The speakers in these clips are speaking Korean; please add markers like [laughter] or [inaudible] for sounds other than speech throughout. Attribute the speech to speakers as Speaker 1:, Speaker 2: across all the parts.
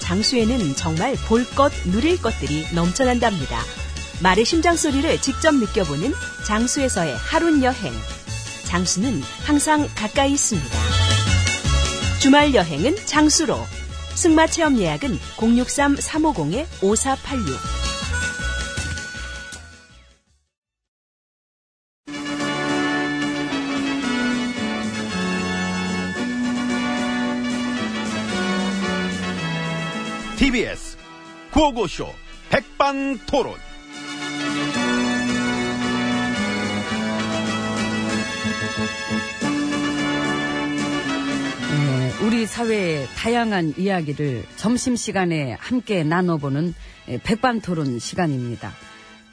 Speaker 1: 장수에는 정말 볼 것, 누릴 것들이 넘쳐난답니다. 말의 심장 소리를 직접 느껴보는 장수에서의 하룬 여행. 장수는 항상 가까이 있습니다. 주말 여행은 장수로. 승마 체험 예약은 063-350-5486.
Speaker 2: TBS 구호고쇼 백반토론.
Speaker 3: 네, 우리 사회의 다양한 이야기를 점심시간에 함께 나눠보는 예, 백반토론 시간입니다.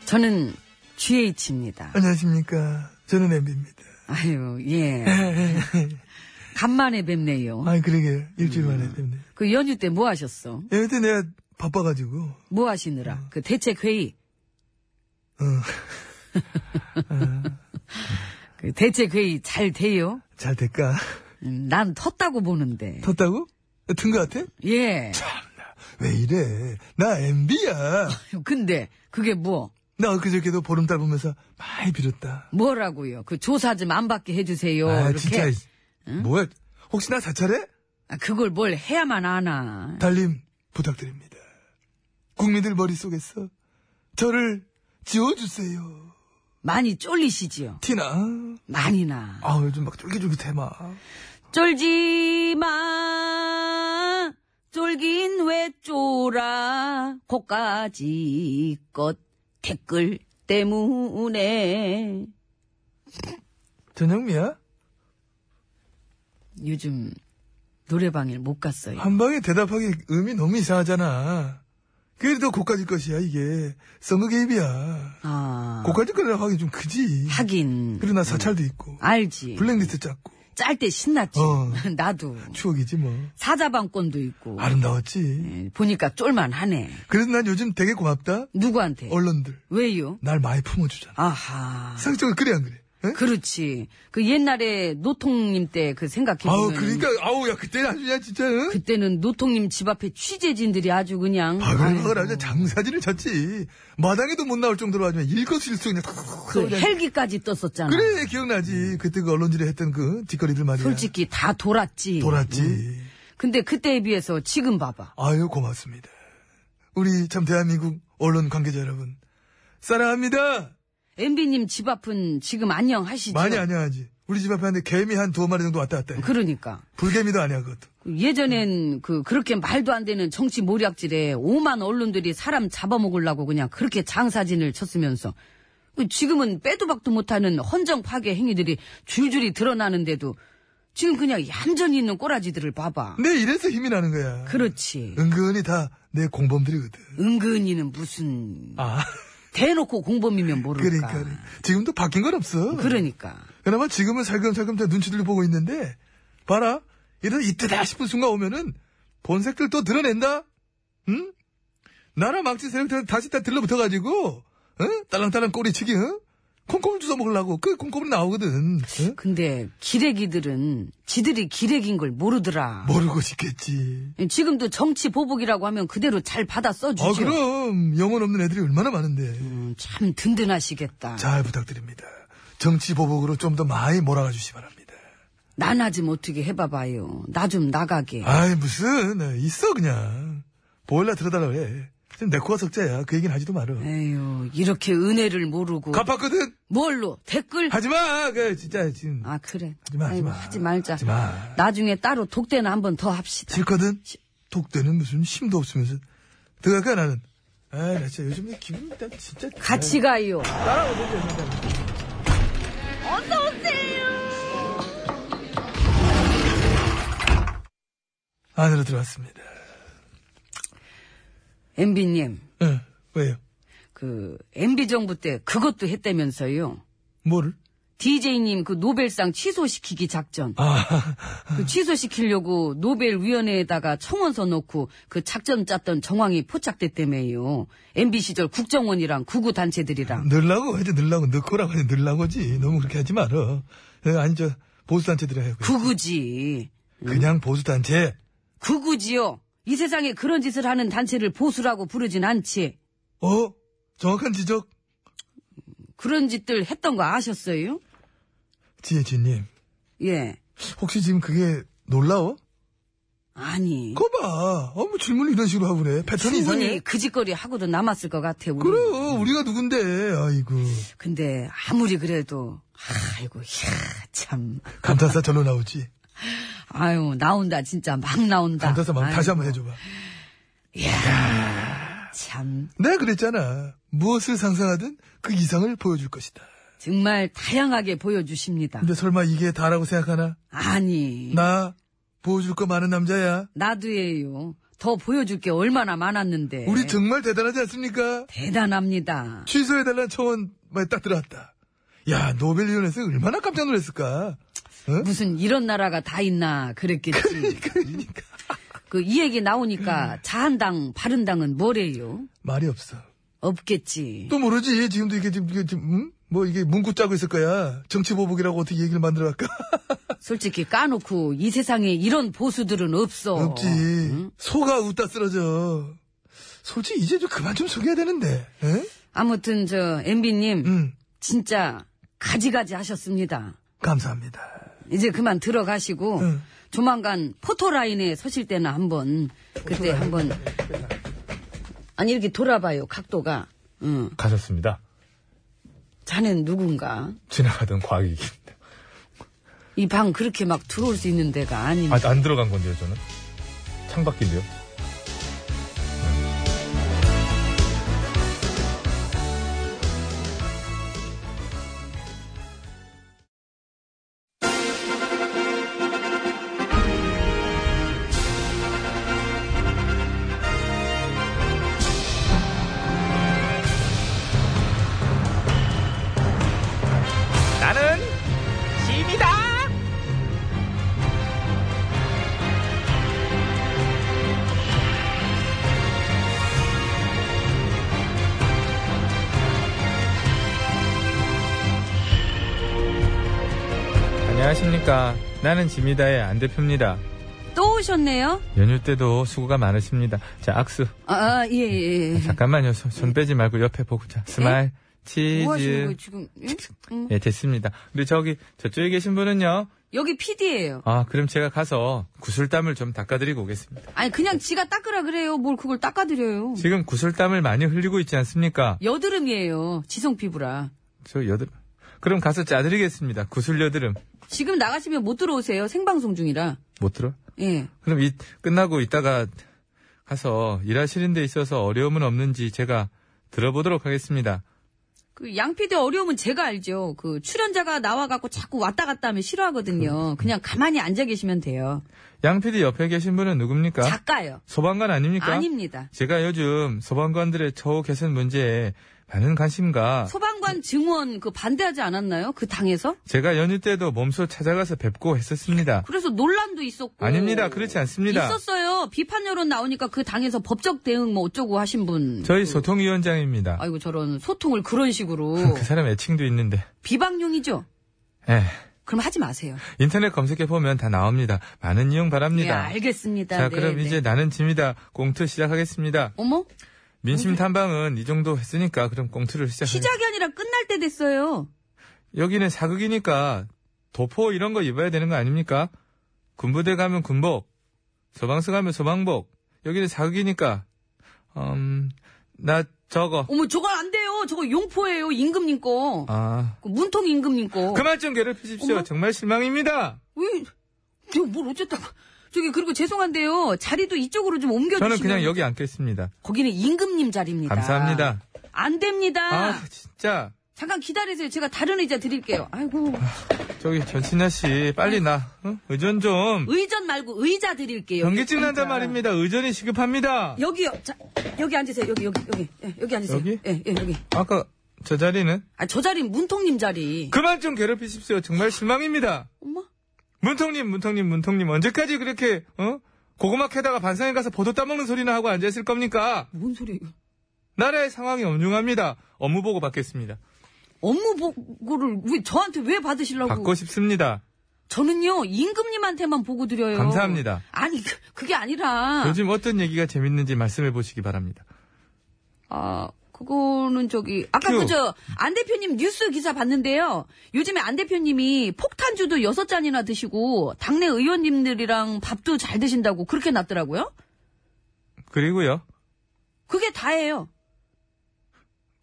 Speaker 3: 저는 GH입니다.
Speaker 4: 안녕하십니까. 저는 엠비입니다.
Speaker 3: 아유,
Speaker 4: [laughs]
Speaker 3: 예. 간만에 뵙네요.
Speaker 4: 아, 그러게. 일주일 만에 때문에.
Speaker 3: 그 연휴 때 뭐 하셨어?
Speaker 4: 여튼 내가 바빠가지고.
Speaker 3: 뭐 하시느라? 그 대책회의.
Speaker 4: 어,
Speaker 3: [laughs] 그 대책회의 잘 돼요?
Speaker 4: 잘 될까? [laughs]
Speaker 3: 음, 난 텄다고 보는데.
Speaker 4: 텄다고? 튼것 같아?
Speaker 3: 예.
Speaker 4: 왜 이래? 나 엠비야.
Speaker 3: [laughs] 근데 그게 뭐?
Speaker 4: 나 엊그저께도 보름달 보면서 많이 빌었다.
Speaker 3: 뭐라고요? 그 조사 좀 안 받게 해주세요.
Speaker 4: 아,
Speaker 3: 어, 이렇게.
Speaker 4: 진짜. 뭐야. 혹시 나 사찰해?
Speaker 3: 아, 그걸 뭘 해야만 하나.
Speaker 4: 달님, 부탁드립니다. 국민들 머릿속에서 저를 지워주세요.
Speaker 3: 많이 쫄리시지요?
Speaker 4: 티나.
Speaker 3: 많이 나.
Speaker 4: 아, 요즘 막 쫄깃쫄깃해, 막.
Speaker 3: 쫄지 마. 쫄긴 왜 쫄아. 코까지 것 댓글 때문에.
Speaker 4: 전영미야?
Speaker 3: 요즘 노래방에 못 갔어요.
Speaker 4: 한 방에 대답하기 음이 너무 이상하잖아. 그래도 고까지 것이야, 이게. 선거 개입이야.
Speaker 3: 아.
Speaker 4: 고까지 거라고 하기 좀 크지.
Speaker 3: 하긴.
Speaker 4: 그러나 사찰도 있고.
Speaker 3: 알지.
Speaker 4: 블랙리스트 짰고.
Speaker 3: 짤 때 신났지.
Speaker 4: 어.
Speaker 3: [laughs] 나도.
Speaker 4: 추억이지, 뭐.
Speaker 3: 사자방권도 있고.
Speaker 4: 아름다웠지.
Speaker 3: 예, 보니까 쫄만하네.
Speaker 4: 그래서 난 요즘 되게 고맙다.
Speaker 3: 예. 누구한테?
Speaker 4: 언론들.
Speaker 3: 왜요?
Speaker 4: 날 많이 품어주잖아.
Speaker 3: 아하.
Speaker 4: 상적을 그래, 안 그래? 에?
Speaker 3: 그렇지. 그 옛날에 노통님 때 그
Speaker 4: 아우,
Speaker 3: 생각해보면.
Speaker 4: 그러니까, 아우, 야, 그때는 아주, 야, 진짜, 응?
Speaker 3: 그때는 노통님 집 앞에 취재진들이 아주 그냥.
Speaker 4: 박을
Speaker 3: 아이고,
Speaker 4: 박을 아주 장사진을 쳤지. 마당에도 못 나올 정도로 아주 일거수일투 그냥 탁
Speaker 3: 그 헬기까지 떴었잖아.
Speaker 4: 그래 기억나지 그때 그 언론질에 했던 그 뒷거리들 말이야
Speaker 3: 솔직히 다 돌았지.
Speaker 4: 돌았지
Speaker 3: 음. 근데 그때에 비해서 지금 봐봐.
Speaker 4: 아유 고맙습니다 우리 참 대한민국 언론 관계자 여러분 사랑합니다
Speaker 3: 음. MB님 집 앞은 지금 안녕하시죠?
Speaker 4: 많이 안녕하지 우리 집 앞에 한데 개미 한 두 마리 정도 왔다 갔다 해
Speaker 3: 그러니까.
Speaker 4: 불개미도 아니야 그것도
Speaker 3: 예전엔 그, 그렇게 말도 안 되는 정치 모략질에 오만 언론들이 사람 잡아먹으려고 그냥 그렇게 장사진을 쳤으면서. 그 지금은 빼도 박도 못하는 헌정 파괴 행위들이 줄줄이 드러나는데도 지금 그냥 얌전히 있는 꼬라지들을 봐봐.
Speaker 4: 내 이래서 힘이 나는 거야
Speaker 3: 그렇지.
Speaker 4: 은근히 다 내 공범들이거든
Speaker 3: 은근히는 무슨
Speaker 4: 아
Speaker 3: 대놓고 공범이면 모를까.
Speaker 4: 그러니까 지금도 바뀐 건 없어
Speaker 3: 그러니까.
Speaker 4: 그나마 지금은 살금살금 다 눈치들 보고 있는데 봐라 이런 이때다 싶은 순간 오면은 본색들 또 드러낸다 응? 나라 망치 세력들 다시 다 들러붙어가지고 응? 딸랑딸랑 꼬리치기 응? 콩콩을 주워 먹으려고 그 콩콩이 나오거든 응?
Speaker 3: 근데 기레기들은 지들이 기레기인 걸 모르더라.
Speaker 4: 모르고 싶겠지
Speaker 3: 지금도 정치 보복이라고 하면 그대로 잘 받아 써주죠.
Speaker 4: 뭐? 아 그럼 영혼 없는 애들이 얼마나 많은데
Speaker 3: 음, 참 든든하시겠다.
Speaker 4: 잘 부탁드립니다 정치 보복으로 좀 더 많이 몰아가 주시 기 바랍니다
Speaker 3: 나나 좀 어떻게
Speaker 4: 아.
Speaker 3: 해봐봐요. 나 좀 나가게.
Speaker 4: 어, 아이 무슨 있어 그냥 보일라 들어달라 그래 지금 내 코가 석자야. 그 얘기는 하지도 마라.
Speaker 3: 에휴, 이렇게 은혜를 모르고.
Speaker 4: 갚았거든?
Speaker 3: 뭘로? 댓글?
Speaker 4: 하지 마! 그, 진짜, 지금.
Speaker 3: 아, 그래.
Speaker 4: 하지 마, 하지
Speaker 3: 아이고,
Speaker 4: 마.
Speaker 3: 하지 말자.
Speaker 4: 하지 마.
Speaker 3: 나중에 따로 독대나 한 번 더 합시다.
Speaker 4: 싫거든? 독대는 무슨 힘도 없으면서. 들어갈까, 나는? 아, 나 진짜 요즘 내 기분이 나 진짜.
Speaker 3: 같이 가요.
Speaker 4: 안으로 들어왔습니다.
Speaker 3: MB님,
Speaker 4: 응, 예. 왜요?
Speaker 3: 그, MB 정부 때 그것도 했다면서요.
Speaker 4: 뭐를?
Speaker 3: DJ님 그 노벨상 취소시키기 작전.
Speaker 4: 아, [laughs]
Speaker 3: 그 취소시키려고 노벨위원회에다가 청원서 넣고 그 작전 짰던 정황이 포착됐다며요. MB 시절 국정원이랑 구구단체들이랑.
Speaker 4: 늘라고 하지, 늘라고. 너 거라고 하지, 늘라고지. 너무 그렇게 하지 마라. 예, 아니, 저, 보수단체들이 하고.
Speaker 3: 구구지.
Speaker 4: 그냥 보수단체.
Speaker 3: 구구지요. 이 세상에 그런 짓을 하는 단체를 보수라고 부르진 않지.
Speaker 4: 어? 정확한 지적?
Speaker 3: 그런 짓들 했던 거 아셨어요?
Speaker 4: 지혜진님.
Speaker 3: 예.
Speaker 4: 혹시 지금 그게 놀라워?
Speaker 3: 아니.
Speaker 4: 그거 봐. 어, 뭐 질문을 이런 식으로 하고 그래. 패턴이
Speaker 3: 충분히
Speaker 4: 이상해.
Speaker 3: 그 짓거리 하고도 남았을 것 같아, 우리.
Speaker 4: 그럼, 우리가 누군데. 아이고.
Speaker 3: 근데 아무리 그래도, 아이고, 이야, 참.
Speaker 4: 감탄사 절로 나오지.
Speaker 3: 아유, 나온다, 진짜. 막 나온다.
Speaker 4: 감탄사 막 다시
Speaker 3: 아이고,
Speaker 4: 한번 해줘봐.
Speaker 3: 참.
Speaker 4: 내가 네, 그랬잖아. 무엇을 상상하든 그 이상을 보여줄 것이다.
Speaker 3: 정말 다양하게 보여주십니다.
Speaker 4: 근데 설마 이게 다라고 생각하나?
Speaker 3: 아니.
Speaker 4: 네. 나 보여줄 거 많은 남자야.
Speaker 3: 나도예요. 더 보여줄 게 얼마나 많았는데.
Speaker 4: 우리 정말 대단하지 않습니까?
Speaker 3: 대단합니다.
Speaker 4: 취소해달라는 청원 많이 딱 들어왔다. 야, 노벨위원회에서 얼마나 깜짝 놀랐을까? 어?
Speaker 3: 무슨 이런 나라가 다 있나 그랬겠지.
Speaker 4: 그러니까.
Speaker 3: 그 이 얘기 나오니까 자한당, 바른당은 뭐래요?
Speaker 4: 말이 없어.
Speaker 3: 없겠지.
Speaker 4: 또 모르지. 지금도 이게 지금, 이게 지금, 음? 뭐 이게 문구 짜고 있을 거야. 정치보복이라고 어떻게 얘기를 만들어 갈까?
Speaker 3: 솔직히 까놓고 이 세상에 이런 보수들은 [laughs] 없어.
Speaker 4: 없지. 소가 웃다 쓰러져. 솔직히 이제 좀 그만 좀 속여야 되는데. 에?
Speaker 3: 아무튼 저 MB님
Speaker 4: 음,
Speaker 3: 진짜 가지가지 하셨습니다.
Speaker 4: 감사합니다.
Speaker 3: 이제 그만 들어가시고
Speaker 4: 응.
Speaker 3: 조만간 포토라인에 서실 때나 한번 그때 한번 아니 이렇게 돌아봐요 각도가. 응.
Speaker 5: 가셨습니다.
Speaker 3: 자넨 누군가
Speaker 5: 지나가던 과학이기입니다.
Speaker 3: 이 방 그렇게 막 들어올 수 있는 데가 아닌데.
Speaker 5: 아, 안 들어간 건데요, 저는. 창밖인데요.
Speaker 6: 나는 짐이다.
Speaker 5: 안녕하십니까. 나는 지미다의 안 대표입니다.
Speaker 3: 또 오셨네요?
Speaker 5: 연휴 때도 수고가 많으십니다. 자, 악수.
Speaker 3: 아, 예, 예, 예.
Speaker 5: 잠깐만요. 손, 손 빼지 말고 옆에 보고. 자, 스마일. 치즈.
Speaker 3: 네? 뭐 하시는 거예요, 지금? 예? 응.
Speaker 5: 예, 됐습니다. 근데 저기, 저쪽에 계신 분은요?
Speaker 3: 여기 PD예요.
Speaker 5: 아, 그럼 제가 가서 구슬땀을 좀 닦아드리고 오겠습니다.
Speaker 3: 아니, 그냥 지가 닦으라 그래요. 뭘 그걸 닦아드려요.
Speaker 5: 지금 구슬땀을 많이 흘리고 있지 않습니까?
Speaker 3: 여드름이에요. 지성 피부라.
Speaker 5: 저 여드름. 그럼 가서 짜드리겠습니다. 구슬 여드름.
Speaker 3: 지금 나가시면 못 들어오세요. 생방송 중이라.
Speaker 5: 못 들어?
Speaker 3: 예.
Speaker 5: 그럼 이, 끝나고 이따가 가서 일하시는 데 있어서 어려움은 없는지 제가 들어보도록 하겠습니다.
Speaker 3: 그양 PD 어려움은 제가 알죠. 그 출연자가 나와갖고 자꾸 왔다 갔다 하면 싫어하거든요.
Speaker 5: 그렇죠.
Speaker 3: 그냥 가만히 앉아 계시면 돼요.
Speaker 5: 양 PD 옆에 계신 분은 누굽니까? 그러니까?
Speaker 3: 작가요.
Speaker 5: 소방관 아닙니까?
Speaker 3: 아닙니다.
Speaker 5: 제가 요즘 소방관들의 처우 개선 문제에 많은 관심과
Speaker 3: 소방관 증원 그 반대하지 않았나요? 그 당에서?
Speaker 5: 제가 연휴 때도 몸소 찾아가서 뵙고 했었습니다.
Speaker 3: 그래서 논란도 있었고.
Speaker 5: 아닙니다. 그렇지 않습니다.
Speaker 3: 있었어요. 비판 여론 나오니까 그 당에서 법적 대응 뭐 어쩌고 하신 분.
Speaker 5: 저희 소통위원장입니다.
Speaker 3: 아이고 저런 소통을 그런 식으로
Speaker 5: 그 사람 애칭도 있는데.
Speaker 3: 비방용이죠.
Speaker 5: 에,
Speaker 3: 그럼 하지 마세요.
Speaker 5: 인터넷 검색해 보면 다 나옵니다. 많은 이용
Speaker 3: 예,
Speaker 5: 바랍니다.
Speaker 3: 알겠습니다.
Speaker 5: 자,
Speaker 3: 네,
Speaker 5: 그럼
Speaker 3: 네.
Speaker 5: 이제 나는 짐이다. 꽁트 시작하겠습니다.
Speaker 3: 어머
Speaker 5: 민심 탐방은 이 정도 했으니까 그럼 꽁트를 시작하
Speaker 3: 시작이 아니라 끝날 때 됐어요.
Speaker 5: 여기는 사극이니까 도포 이런 거 입어야 되는 거 아닙니까? 군부대 가면 군복, 소방서 가면 소방복. 여기는 사극이니까 음, 나 저거.
Speaker 3: 어머 저거 안 돼요. 저거 용포예요. 임금님 거.
Speaker 5: 아.
Speaker 3: 그 문통 임금님 거.
Speaker 5: 그만 좀 괴롭히십시오.
Speaker 3: 어머.
Speaker 5: 정말 실망입니다.
Speaker 3: 왜? 저뭘 어쨌다고? 저기 그리고 죄송한데요. 자리도 이쪽으로 좀 옮겨주시면.
Speaker 5: 저는 그냥 여기 앉겠습니다.
Speaker 3: 거기는 임금님 자리입니다.
Speaker 5: 감사합니다.
Speaker 3: 안 됩니다.
Speaker 5: 아, 진짜.
Speaker 3: 잠깐 기다리세요. 제가 다른 의자 드릴게요. 아이고
Speaker 5: 저기 전신아 씨, 빨리 나 응? 의전 좀.
Speaker 3: 의전 말고 의자 드릴게요.
Speaker 5: 경기증 난단 말입니다. 의전이 시급합니다.
Speaker 3: 여기요. 자, 여기 앉으세요. 여기 여기 여기 예, 여기 앉으세요.
Speaker 5: 여기?
Speaker 3: 예, 예 여기.
Speaker 5: 아까 저 자리는
Speaker 3: 아 저 자리 문통님 자리.
Speaker 5: 그만 좀 괴롭히십시오. 정말 실망입니다.
Speaker 3: 엄마.
Speaker 5: 문통님, 문통님, 문통님 언제까지 그렇게 어? 고구마 캐다가 반상에 가서 보도 따먹는 소리나 하고 앉아 있을 겁니까?
Speaker 3: 뭔 소리예요?
Speaker 5: 나라의 상황이 엄중합니다. 업무 보고 받겠습니다.
Speaker 3: 업무 보고를 왜 저한테 왜 받으시려고?
Speaker 5: 받고 싶습니다.
Speaker 3: 저는요 임금님한테만 보고 드려요.
Speaker 5: 감사합니다.
Speaker 3: 아니 그, 그게 아니라.
Speaker 5: 요즘 어떤 얘기가 재밌는지 말씀해 보시기 바랍니다.
Speaker 3: 아, 그거는 저기 아까
Speaker 5: 큐.
Speaker 3: 그 저 안 대표님 뉴스 기사 봤는데요. 요즘에 안 대표님이 폭탄주도 여섯 잔이나 드시고 당내 의원님들이랑 밥도 잘 드신다고 그렇게 났더라고요.
Speaker 5: 그리고요.
Speaker 3: 그게 다예요.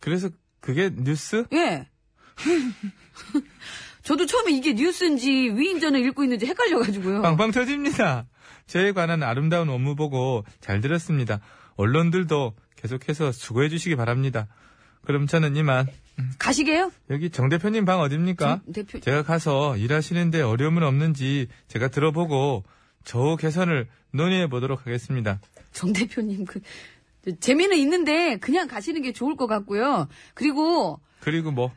Speaker 5: 그래서 그게 뉴스?
Speaker 3: 예. [laughs] 저도 처음에 이게 뉴스인지 위인전을 읽고 있는지 헷갈려가지고요.
Speaker 5: 빵빵 터집니다. 저에 관한 아름다운 업무 보고 잘 들었습니다. 언론들도 계속해서 수고해 주시기 바랍니다. 그럼 저는 이만
Speaker 3: 가시게요?
Speaker 5: 여기 정 대표님 방 어딥니까?
Speaker 3: 정 대표-
Speaker 5: 제가 가서 일하시는데 어려움은 없는지 제가 들어보고 저후 개선을 논의해 보도록 하겠습니다.
Speaker 3: 정 대표님 그 재미는 있는데 그냥 가시는 게 좋을 것 같고요. 그리고
Speaker 5: 그리고 뭐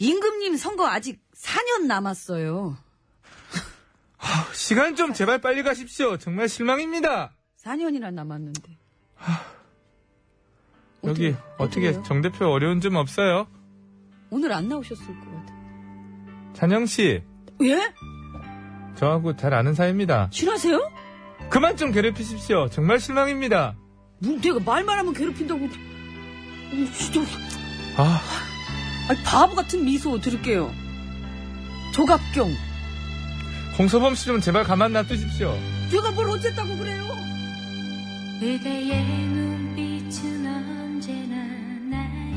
Speaker 3: 임금님 선거 아직 4년 남았어요.
Speaker 5: 시간 좀 제발 빨리 가십시오. 정말 실망입니다.
Speaker 3: 4년이나 남았는데.
Speaker 5: 여기 어떻게
Speaker 3: 어떡해요?
Speaker 5: 정 대표 어려운 점 없어요?
Speaker 3: 오늘 안 나오셨을 것 같아.
Speaker 5: 찬영 씨
Speaker 3: 예?
Speaker 5: 저하고 잘 아는 사이입니다.
Speaker 3: 싫어하세요?
Speaker 5: 그만 좀 괴롭히십시오. 정말 실망입니다.
Speaker 3: 뭐 내가 말만 하면 괴롭힌다고. 어, 진짜.
Speaker 5: 아.
Speaker 3: 아니, 바보 같은 미소 들을게요. 조갑경.
Speaker 5: 홍서범 씨 좀 제발 가만 놔두십시오.
Speaker 3: 내가 뭘 어쨌다고 그래요?
Speaker 7: 그대의 눈빛은 언제나 날